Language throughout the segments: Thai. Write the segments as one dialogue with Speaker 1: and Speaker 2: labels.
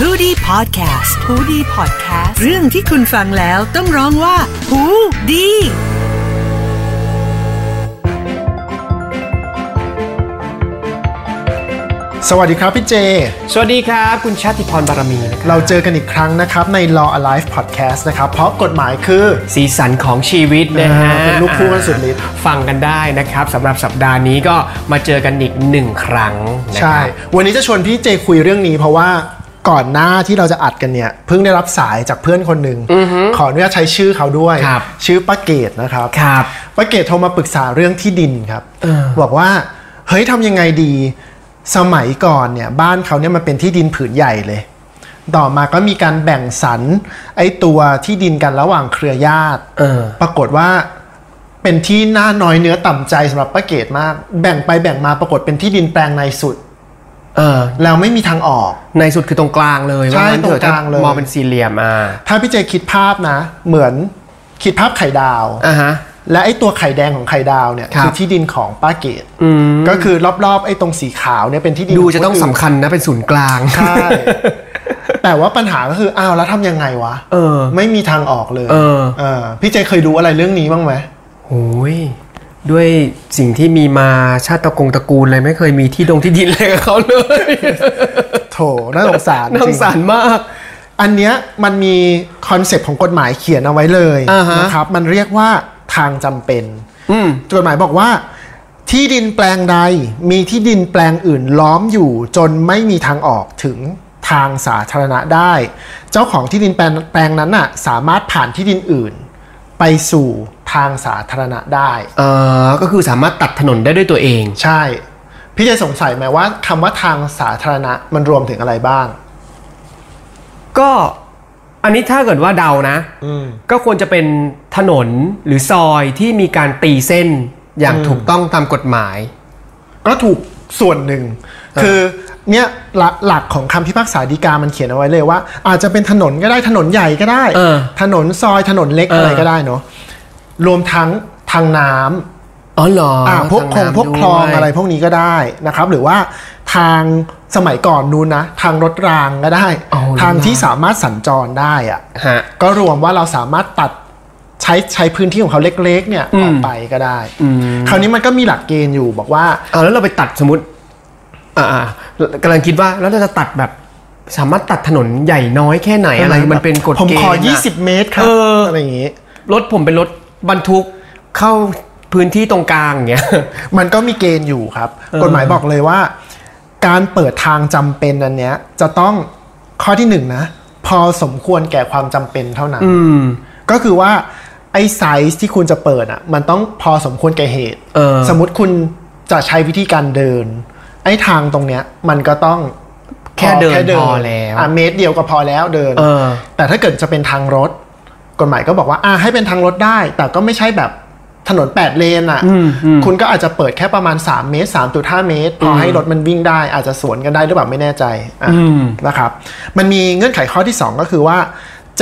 Speaker 1: h o ดี้พอดแคสต์ฮูดี้พอดแคสต์เรื่องที่คุณฟังแล้วต้องร้องว่าหูดี
Speaker 2: สวัสดีครับพี่เจ
Speaker 3: สวัสดีครับ คุณชาติพรบารมีนะครับ
Speaker 2: เราเจอกันอีกครั้งนะครับใน Law Alive Podcast นะครับ เพราะกฎหมายคือ
Speaker 3: สีสันของชีวิตนะฮะ
Speaker 2: อ่าเป็นลูกคู่กันสุดฤทธิ์
Speaker 3: ฟังกันได้นะครับสำหรับสัปดาห์นี้ก็มาเจอกันอีกหนึ่งครั้งนะ
Speaker 2: ใช่
Speaker 3: ครับ
Speaker 2: วันนี้จะชวนพี่เจคุยเรื่องนี้ เพราะว่าก่อนหน้าที่เราจะอัดกันเนี่ย เพิ่งได้รับสายจากเพื่อนคนหนึ่งขออนุญาตใช้ชื่อเขาด้วย ชื่อป้าเกตนะครับ
Speaker 3: ครับ
Speaker 2: ป้าเกตโทรมาปรึกษาเรื่องที่ดินครับ
Speaker 3: เออ
Speaker 2: บอกว่าเฮ้ยทำยังไงดี สมัยก่อนเนี่ยบ้านเขาเนี่ยมันเป็นที่ดินผืนใหญ่เลย ต่อมาก็มีการแบ่งสรรไอ้ตัวที่ดินกันระหว่างเครือญาติ
Speaker 3: เออ
Speaker 2: ปรากฏว่าเป็นที่น่าน้อยเนื้อต่ำใจสำหรับป้าเกตมาก แบ่งไปแบ่งมาปรากฏเป็นที่ดินแปลงในสุด
Speaker 3: เออ
Speaker 2: แล้วไม่มีทางออก
Speaker 3: ในสุดคือตรงกลางเลย
Speaker 2: ใช่
Speaker 3: ว่นถอะ
Speaker 2: ตรงกลางเลย
Speaker 3: มองเป็นสี่เหลี่ยมอ่า
Speaker 2: ถ้าพี่เจคิดภาพนะ เหมือนคิดภาพไข่ดาว
Speaker 3: อ่าฮะ
Speaker 2: และไอ้ตัวไข่แดงของไข่ดาวเนี่ย
Speaker 3: ครับ
Speaker 2: อที่ดินของป้าเกตก็คือรอบๆไอ้ตรงสีขาวเนี่ยเป็นที่ดิน
Speaker 3: ดูจะต้อง
Speaker 2: ขคน
Speaker 3: สำ
Speaker 2: น
Speaker 3: คัญนะเป็นศูนย์กลาง
Speaker 2: ใช่ แต่ว่าปัญหาก็คืออ้าวแล้วทำยังไงวะ
Speaker 3: เออ
Speaker 2: ไม่มีทางออกเลย
Speaker 3: เออ
Speaker 2: เออพี่เจเคยดูอะไรเรื่องนี้บ้างไหม
Speaker 3: โอ้ยด้วยสิ่งที่มีมาชาติตระกงตระกูลเลยไม่เคยมีที่ดงที่ดินอะไรกับเขาเลย
Speaker 2: โถน่าสงสาร
Speaker 3: น่าสงสาร
Speaker 2: จริ
Speaker 3: มาก
Speaker 2: งอันเนี้ยมันมีคอนเซปต์ของกฎหมายเขียนเอาไว้เลย
Speaker 3: อ่าฮะ
Speaker 2: นะครับ มันเรียกว่าทางจำเป็น
Speaker 3: อืม
Speaker 2: กฎหมายบอกว่า ที่ดินแปลงใดมีที่ดินแปลงอื่นล้อมอยู่ จนไม่มีทางออกถึงทางสาธารณะได้ เจ้าของที่ดินแปลงแปลงนั้นน่ะสามารถผ่านที่ดินอื่น ไปสู่ทางสาธารณะได้
Speaker 3: เอ่อก็คือสามารถตัดถนนได้ด้วยตัวเอง
Speaker 2: ใช่ พี่จะสงสัยไหมว่าคำว่าทางสาธารณะมันรวมถึงอะไรบ้าง
Speaker 3: ก็อันนี้ถ้าเกิดว่าเดานะ
Speaker 2: อืม
Speaker 3: ก็ควรจะเป็นถนนหรือซอยที่มีการตีเส้นอย่างถูกต้องตามกฎหมาย
Speaker 2: ก็ถูกส่วนหนึ่ง คือเนี่ยหลักหลักของคำพิพากษาฎีกามันเขียนเอาไว้เลยว่า อาจจะเป็นถนนก็ได้ถนนใหญ่ก็ได้
Speaker 3: เออ
Speaker 2: ถนนซอยถนนเล็ก
Speaker 3: เอออ
Speaker 2: อะไรก็ได้เนาะรวมทั้งทางน้ำ
Speaker 3: อ๋อเหรอ
Speaker 2: อ่า
Speaker 3: อ่า
Speaker 2: พวกคงพวกคลองอะไรพวกนี้ก็ได้นะครับ หรือว่าทางสมัยก่อนนู้นนะ ทางรถรางก็ได้ ทางที่สามารถสัญจรได้อะ
Speaker 3: ฮะ
Speaker 2: ก็รวมว่าเราสามารถตัดใช้ใช้พื้นที่ของเขาเล็ก ๆ เนี่ยออกไปก็ได้คราวนี้มันก็มีหลักเกณฑ์อยู่บอกว่า
Speaker 3: เอาแล้วเราไปตัดสมมติ อ่าอ่ากำลังคิดว่าแล้วเราจะตัดแบบ สามารถตัดถนนใหญ่น้อยแค่ไหนอะไร มันเป็นกฎเกณฑ์
Speaker 2: ผมขอ
Speaker 3: นะ
Speaker 2: 20 เมตรครับ
Speaker 3: เอออ
Speaker 2: อะไรอย่างงี้
Speaker 3: รถผมเป็นรถบรรทุกเข้าพื้นที่ตรงกลางอย่างเงี้ย
Speaker 2: มันก็มีเกณฑ์อยู่ครับ กฎหมายบอกเลยว่า การเปิดทางจำเป็นอันเนี้ย จะต้องข้อที่หนึ่งนะ พอสมควรแก่ความจำเป็นเท่านั้น
Speaker 3: อืม
Speaker 2: ก็คือว่าไอ้ไซส์ที่คุณจะเปิดอ่ะ มันต้องพอสมควรแก่เหตุ
Speaker 3: เออ
Speaker 2: สมมติคุณจะใช้วิธีการเดิน ไอ้ทางตรงเนี้ย มันก็ต้อง
Speaker 3: แค่เดินพอแล้ว
Speaker 2: อ่ะเมตรเดียวก็พอแล้วเดิน
Speaker 3: เออ
Speaker 2: แต่ถ้าเกิดจะเป็นทางรถ กฎหมายก็บอกว่าอ่ะให้เป็นทางรถได้ แต่ก็ไม่ใช่แบบถนน 8 เลนอ่ะ คุณก็อาจจะเปิดแค่ประมาณ 3 เมตร 3.5 เมตร พอให้รถมันวิ่งได้ อาจจะสวนกันได้หรือเปล่าไม่แน่ใจอ่ะนะครับ มันมีเงื่อนไขข้อที่ 2 ก็คือว่า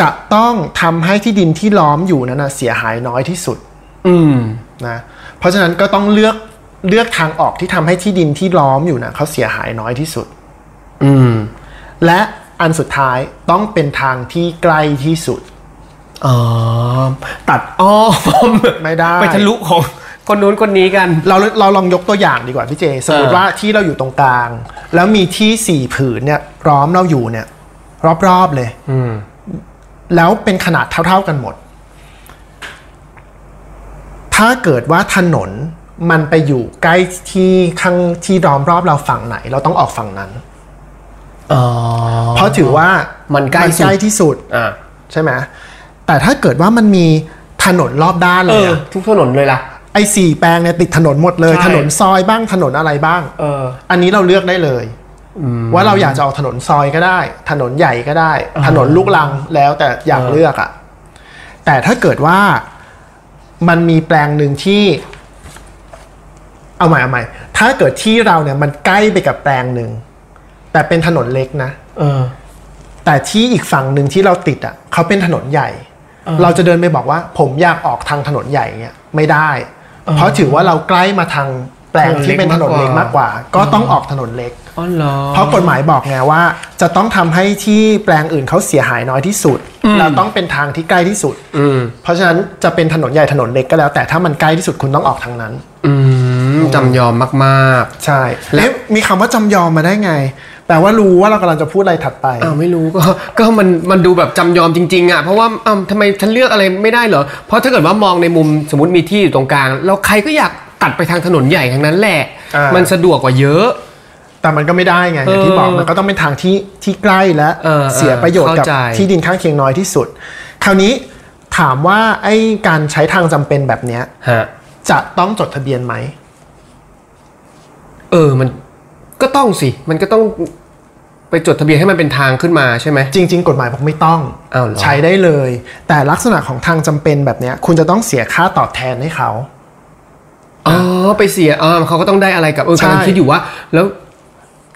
Speaker 2: จะต้องทำให้ที่ดินที่ล้อมอยู่นั้นนะเสียหายน้อยที่สุด
Speaker 3: อืม
Speaker 2: นะ เพราะฉะนั้นก็ต้องเลือกเลือกทางออกที่ทำให้ที่ดินที่ล้อมอยู่นะเขาเสียหายน้อยที่สุด
Speaker 3: อืม
Speaker 2: และอันสุดท้ายต้องเป็นทางที่ใกล้ที่สุด
Speaker 3: อ๋อตัด อ้อม
Speaker 2: ไม่ได้
Speaker 3: ไปทะลุของ คนนู้นคนนี้กัน
Speaker 2: เราเราลองยกตัวอย่างดีกว่าพี่เจ สมมติ
Speaker 3: เออ
Speaker 2: ว่าที่เราอยู่ตรงกลาง แล้วมีที่สี่ผืนเนี่ยล้อมเราอยู่เนี่ย รอบๆเลยแล้วเป็นขนาดเท่า ๆกันหมด ถ้าเกิดว่าถนนมันไปอยู่ใกล้ที่ข้างที่ล้อมรอบเราฝั่งไหน เราต้องออกฝั่งนั้น
Speaker 3: อ๋อ
Speaker 2: เพราะถือว่ามัน
Speaker 3: ใกล้สุด
Speaker 2: ที่สุด
Speaker 3: อ่ะ
Speaker 2: ใช่ไหมแต่ถ้าเกิดว่ามันมีถนนรอบด้าน
Speaker 3: เอ
Speaker 2: เลย
Speaker 3: อ
Speaker 2: อะ
Speaker 3: ทุกถนนเลยล่ะ
Speaker 2: ไอ้สี่แปลงเนี่ยติดถนนหมดเลย
Speaker 3: ใช่
Speaker 2: ถนนซอยบ้างถนนอะไรบ้าง
Speaker 3: เออ
Speaker 2: อันนี้เราเลือกได้เลย ว่าเราอยากจะออกถนนซอยก็ได้ ถนนใหญ่ก็ได้ ถนนลูกลังแล้วแต่อยาก
Speaker 3: เออ
Speaker 2: เลือกอะแต่ถ้าเกิดว่ามันมีแปลงหนึ่งที่ เอาใหม่เอาใหม่ถ้าเกิดที่เราเนี่ยมันใกล้ไปกับแปลงหนึ่งแต่เป็นถนนเล็กนะ
Speaker 3: เออ
Speaker 2: แต่ที่อีกฝั่งหนึ่งที่เราติดอ่ะเขาเป็นถนนใหญ่ เราจะเดินไปบอกว่า ผมอยากออกทางถนนใหญ่เนี่ยไม่ได้ เพราะถือว่าเราใกล้มาทาง แปลงที่เป็นถนนเล็กมากกว่า ก็ต้องออกถนนเล็ก
Speaker 3: อ๋อเหรอ
Speaker 2: เพราะกฎหมายบอกไงว่า จะต้องทำให้ที่แปลงอื่นเขาเสียหายน้อยที่สุดแล้วต้องเป็นทางที่ใกล้ที่สุดเพราะฉะนั้นจะเป็นถนนใหญ่ถนนเล็กก็แล้ว แต่ถ้ามันใกล้ที่สุดคุณต้องออกทางนั้น
Speaker 3: อืมจำยอมมาก
Speaker 2: ใช่แล้วมีคำว่าจำยอมมาได้ไง แปลว่ารู้ว่าเรากำลังจะพูดอะไรถัดไป
Speaker 3: ๆอ้าวไม่รู้ก็ ก็มันมันดูแบบจำยอมจริงๆอ่ะเพราะว่าอ้าวทำไมฉันเลือกอะไรไม่ได้เหรอ เพราะถ้าเกิดว่ามองในมุมสมมติมีที่อยู่ตรงกลาง แล้วใครก็อยากตัดไปทางถนนใหญ่ทางนั้นแหละ
Speaker 2: อ่ามั
Speaker 3: มันสะดวกกว่าเยอะ
Speaker 2: แต่มันก็ไม่ได้ไงอย่างที่บอก
Speaker 3: เออ
Speaker 2: มันก็ต้องเป็นทางที่ที่ใกล้และ
Speaker 3: เออเออ
Speaker 2: เสียประโยชน์กับ
Speaker 3: เข้าใจ
Speaker 2: ที่ดินข้างเคียงน้อยที่สุด คราวนี้ถามว่าไอ้การใช้ทางจำเป็นแบบเนี้ย
Speaker 3: ฮะ
Speaker 2: จะต้องจดทะเบียนไหม
Speaker 3: เออมันก็ต้องสิ มันก็ต้องไปจดทะเบียนให้มันเป็นทางขึ้นมาใช่ไหม
Speaker 2: จริง ๆ กฎหมายบอกไม่ต้อง
Speaker 3: อ้าวเหรอ
Speaker 2: ใช้ได้เลย แต่ลักษณะของทางจำเป็นแบบเนี้ยคุณจะต้องเสียค่าตอบแทนให้เขา
Speaker 3: อ๋อไปเสียเออเขาก็ต้องได้อะไรกลับเออ
Speaker 2: ใช่
Speaker 3: กำลังคิดอยู่ว่า แล้ว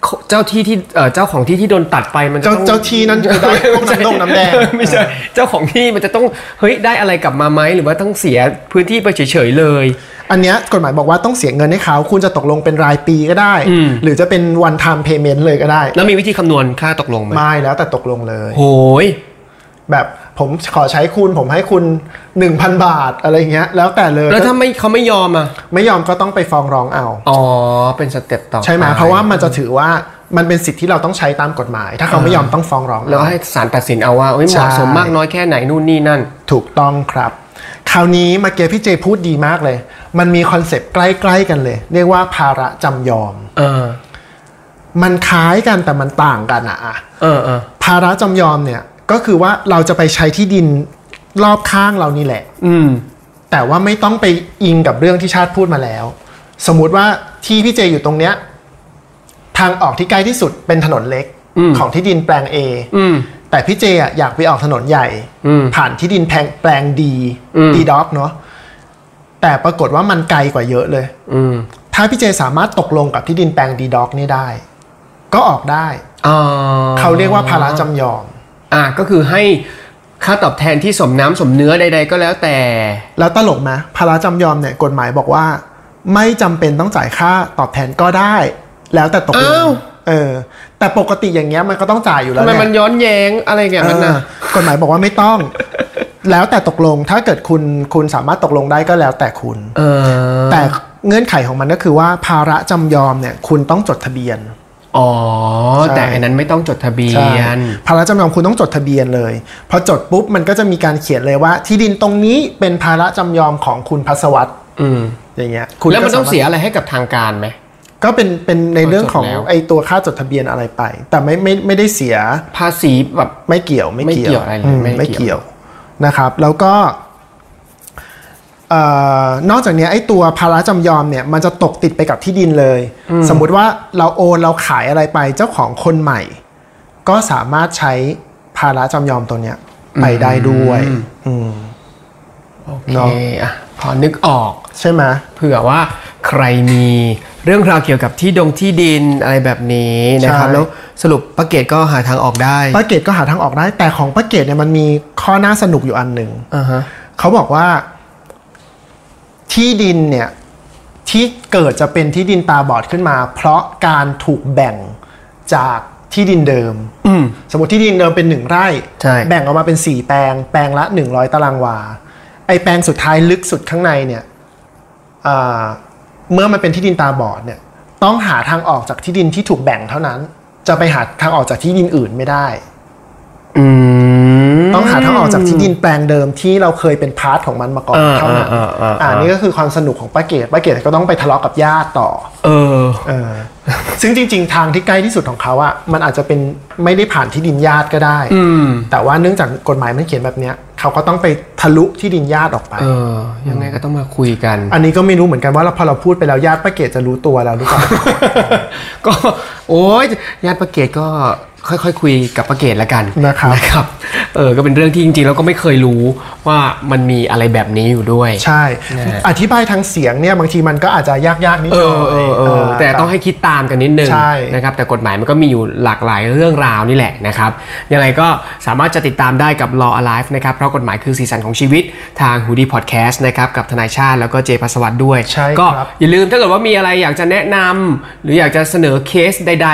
Speaker 3: เขาเจ้าที่ที่เอ่อเจ้าของที่ที่โดนตัดไปมันจะ
Speaker 2: เจ้า
Speaker 3: ต้อง
Speaker 2: เจ้าที่นั้นจะได้พวกน้ำดงน้ำแดง
Speaker 3: ไม่ใช่เจ้าของที่มันจะต้องเฮ้ยได้อะไรกลับมาไหมหรือว่าต้องเสียพื้นที่ไปเฉยๆเลย
Speaker 2: อันเนี้ยกฎหมายบอกว่าต้องเสียเงินให้เขา คุณจะตกลงเป็นรายปีก็ได้
Speaker 3: อืม
Speaker 2: หรือจะเป็น one time payment เลยก็ได้
Speaker 3: แล้วมีวิธีคำนวณค่าตกลงไหม
Speaker 2: ไม่แล้วแต่ตกลงเลย
Speaker 3: โหย
Speaker 2: แบบผมขอใช้คุณผมให้คุณ 1,000 บาทอะไรเงี้ย แล้วแต่เลย
Speaker 3: แล้วถ้าไม่เขาไม่ยอมอ่ะ
Speaker 2: ไม่ยอมก็ต้องไปฟ้องร้องเอา
Speaker 3: อ๋อเป็นสเต็ปต่อ
Speaker 2: ใช่ไหม
Speaker 3: ป
Speaker 2: เพราะว่ามันจะถือว่ามันเป็นสิทธิ์ที่เราต้องใช้ตามกฎหมาย ถ้าเขาไม่ยอมต้องฟ้องร้องเอา
Speaker 3: แล้วก็ให้ศาลตัดสินเอาว่าเอ้ยเหมาะสม
Speaker 2: ใช่
Speaker 3: มากน้อยแค่ไหนนู่นนี่นั่น
Speaker 2: ถูกต้องครับ คราวนี้เมาเกพี่เจพูดดีมากเลย มันมีคอนเซปต์ใกล้ๆกันเลย เรียกว่าภาระจำยอม
Speaker 3: เออ
Speaker 2: มันคล้ายกันแต่มันต่างกันอะอะ
Speaker 3: เออเออ
Speaker 2: ภาระจำยอมเนี่ยก็คือว่าเราจะไปใช้ที่ดินรอบข้างเรานี่แหละ
Speaker 3: อืม
Speaker 2: แต่ว่าไม่ต้องไปอิงกับเรื่องที่ชาติพูดมาแล้ว สมมุติว่าที่พี่เจอยู่ตรงเนี้ยทางออกที่ใกล้ที่สุดเป็นถนนเล็ก
Speaker 3: อืม
Speaker 2: ของที่ดินแปลง A
Speaker 3: อืม
Speaker 2: แต่พี่เจอะอยากไปออกถนนใหญ่
Speaker 3: อืม
Speaker 2: ผ่านที่ดินแพงแปลงดี
Speaker 3: อืม
Speaker 2: ดีด็อกเนาะแต่ปรากฏว่ามันไกลกว่าเยอะเลย
Speaker 3: อืม
Speaker 2: ถ้าพี่เจสามารถตกลงกับที่ดินแปลงดีด็อกนี่ได้ ก็ออกได้
Speaker 3: อ๋อ
Speaker 2: เขาเรียกว่าภาระจำยอม
Speaker 3: อ่าก็คือให้ค่าตอบแทนที่สมน้ำสมเนื้อใด ๆ ก็แล้วแต่
Speaker 2: แล้วตลกไหมภาระจำยอมเนี่ยกฎหมายบอกว่า ไม่จำเป็นต้องจ่ายค่าตอบแทนก็ได้ แล้วแต่ตกล
Speaker 3: อ้าง ว
Speaker 2: เออ แต่ปกติอย่างเงี้ยมันก็ต้องจ่ายอยู่แล้
Speaker 3: ทำ
Speaker 2: ว
Speaker 3: ไม
Speaker 2: แหละ
Speaker 3: มันย้อนแย้งอะไรเงี้ยมันนะ
Speaker 2: เออกฎหมายบอกว่าไม่ต้อง แล้วแต่ตกลงถ้าเกิดคุณคุณสามารถตกลงได้ก็แล้วแต่คุณ
Speaker 3: เออ
Speaker 2: แต่เงื่อนไขของมันก็คือว่าภาระจำยอมเนี่ยคุณต้องจดทะเบียน
Speaker 3: อ๋อ
Speaker 2: ใช่
Speaker 3: แต่อันนั้นไม่ต้องจดทะเบีย
Speaker 2: ใช่
Speaker 3: น
Speaker 2: ภาระจำยอมคุณต้องจดทะเบียนเลยพอจดปุ๊บมันก็จะมีการเขียนเลยว่า ที่ดินตรงนี้เป็นภาระจำยอมของคุณพัสวัตร
Speaker 3: อืม
Speaker 2: อย่างเงี้ยคุ
Speaker 3: แล้วมัน
Speaker 2: ก็าารถ
Speaker 3: ต้องเสียอะไรให้กับทางการไหม
Speaker 2: ก็เป็นเป็นในเรื่องของ
Speaker 3: จดแล้ว
Speaker 2: ไอตัวค่าจดทะเบียนอะไรไป แต่ไม่ไม่ไม่ได้เสีย
Speaker 3: ภาษีแบบ
Speaker 2: ไม่เกี่ยวไม่เกี่ยว
Speaker 3: ไม่เกี่ยวอะไรเลย
Speaker 2: ม
Speaker 3: ไม่เกี่ยว
Speaker 2: ไม่เกี่ยวนะครับ แล้วก็เอ่อนอกจากเนี้ยไอ้ตัวภาระจำยอมเนี่ย มันจะตกติดไปกับที่ดินเลย สมมุติว่าเราโอนเราขายอะไรไปเจ้าของคนใหม่ ก็สามารถใช้ภาระจำยอมตัวเนี้ยไปได้ด้วยอืม
Speaker 3: โอเค
Speaker 2: เนาะ
Speaker 3: อ่ะพอนึกออก
Speaker 2: ใช่ไหม
Speaker 3: เผื่อว่าใครมีเรื่องราวเกี่ยวกับที่ดงที่ดินอะไรแบบนี้นะครับ แล้วสรุปป้าเกตก็หาทางออกได้
Speaker 2: ป้าเกตก็หาทางออกได้ แต่ของป้าเกตเนี่ยมันมีข้อน่าสนุกอยู่อันหนึ่ง
Speaker 3: อ่าฮะ
Speaker 2: เขาบอกว่าที่ดินเนี่ย ที่เกิดจะเป็นที่ดินตาบอดขึ้นมา เพราะการถูกแบ่งจากที่ดินเดิม
Speaker 3: อืม
Speaker 2: สมมติที่ดินเดิมเป็นหนึ่งไร่
Speaker 3: ใช่
Speaker 2: แบ่งออกมาเป็น 4 แปลง แปลงละ 100 ตารางวา ไอแปลงสุดท้ายลึกสุดข้างในเนี่ยอ่าเมื่อมันเป็นที่ดินตาบอดเนี่ย ต้องหาทางออกจากที่ดินที่ถูกแบ่งเท่านั้น จะไปหาทางออกจากที่ดินอื่นไม่ได้
Speaker 3: อืม
Speaker 2: ต้องหาทางออกจากที่ดินแปลงเดิมที่เราเคยเป็นพาร์ทของมันมาก่อน
Speaker 3: อ่า
Speaker 2: เท่านั้น
Speaker 3: อ่าอ่าอ่า
Speaker 2: อ่านี่ก็คือความสนุกของป้าเกดป้าเกดก็ต้องไปทะเลาะกับญาติต่อ
Speaker 3: เออ
Speaker 2: เออ ซึ่งจริง ๆ ทางที่ใกล้ที่สุดของเขาอะมันอาจจะเป็นไม่ได้ผ่านที่ดินญาติก็ได้
Speaker 3: อืม
Speaker 2: แต่ว่าเนื่องจากกฎหมายมันเขียนแบบเนี้ยเขาก็ต้องไปทะลุที่ดินญาติออกไป
Speaker 3: เออ ยังไงก็ต้องมาคุยกัน
Speaker 2: อันนี้ก็ไม่รู้เหมือนกันว่าเราพอเราพูดไปแล้ว ญาติป้าเกดจะรู้ตัวแล้วหรือเปล่า
Speaker 3: ก็ โอ๊ยญาติประเกตก็ ค่อยๆคุยกับประเกตแล้ว กัน
Speaker 2: นะครับ
Speaker 3: นะครับเออก็เป็นเรื่องที่จริงๆเราก็ไม่เคยรู้ว่ามันมีอะไรแบบนี้อยู่ด้วย
Speaker 2: ใช่
Speaker 3: นะฮะ
Speaker 2: อธิบายทางเสียงเนี่ยบางทีมันก็อาจจะยากๆนิด
Speaker 3: เอ
Speaker 2: หน่
Speaker 3: อ
Speaker 2: อย
Speaker 3: เออเออ
Speaker 2: เ
Speaker 3: แต่ต้องให้คิดตามกันนิดนึง
Speaker 2: ใช่
Speaker 3: นะครับแต่กฎหมายมันก็มีอยู่หลากหลายเรื่องราวนี่แหละนะครับยังไงก็สามารถจะติดตามได้กับ Law Alive นะครับเพราะกฎหมายคือสีสันของชีวิตทางหูดีพอดแคสต์นะครับกับทนายชาติแล้วก็เจพัสวัตด้วย
Speaker 2: ใช่ครับ
Speaker 3: ก็อย่าลืมถ้าเกิดว่ามีอะไรอยากจะแนะนำหรืออยากจะเสนอเคสใด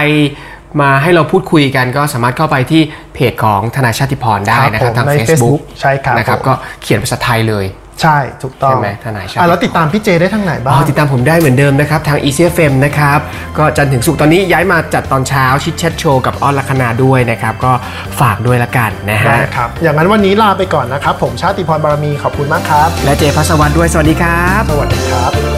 Speaker 3: ๆ มาให้เราพูดคุยกันก็สามารถเข้าไปที่เพจของธนาชาติพรได้นะครับ
Speaker 2: ครั
Speaker 3: ทา
Speaker 2: บ
Speaker 3: ง
Speaker 2: ผมใน
Speaker 3: Facebook
Speaker 2: Facebook ใช่ครับ
Speaker 3: นะครับ
Speaker 2: ผม
Speaker 3: ก็เขียนภาษาไทยเลย
Speaker 2: ใช่ถูกต้อง
Speaker 3: ใช่ไหมทนายชาติ
Speaker 2: อ่ะแล้วติดตามพี่เจได้ทางไหนบ้าง
Speaker 3: อ๋อติดตามผมได้เหมือนเดิมนะครับ ทาง e c f m นะครับ ก็จันทร์ถึงสุกร์ตอนนี้ย้ายมาจัดตอนเช้าชิดแชทโชว์กับอ้อนลักษณาด้วยนะครับ ก็ฝากด้วยละกันนะฮะ
Speaker 2: ได้ครับ อย่างนั้นวันนี้ลาไปก่อนนะครับ ผมชาติพรบารมีขอบคุณมากครับ
Speaker 3: และเจพัสวัตรด้วยสวัสดีครับ
Speaker 2: สวัสดีครับ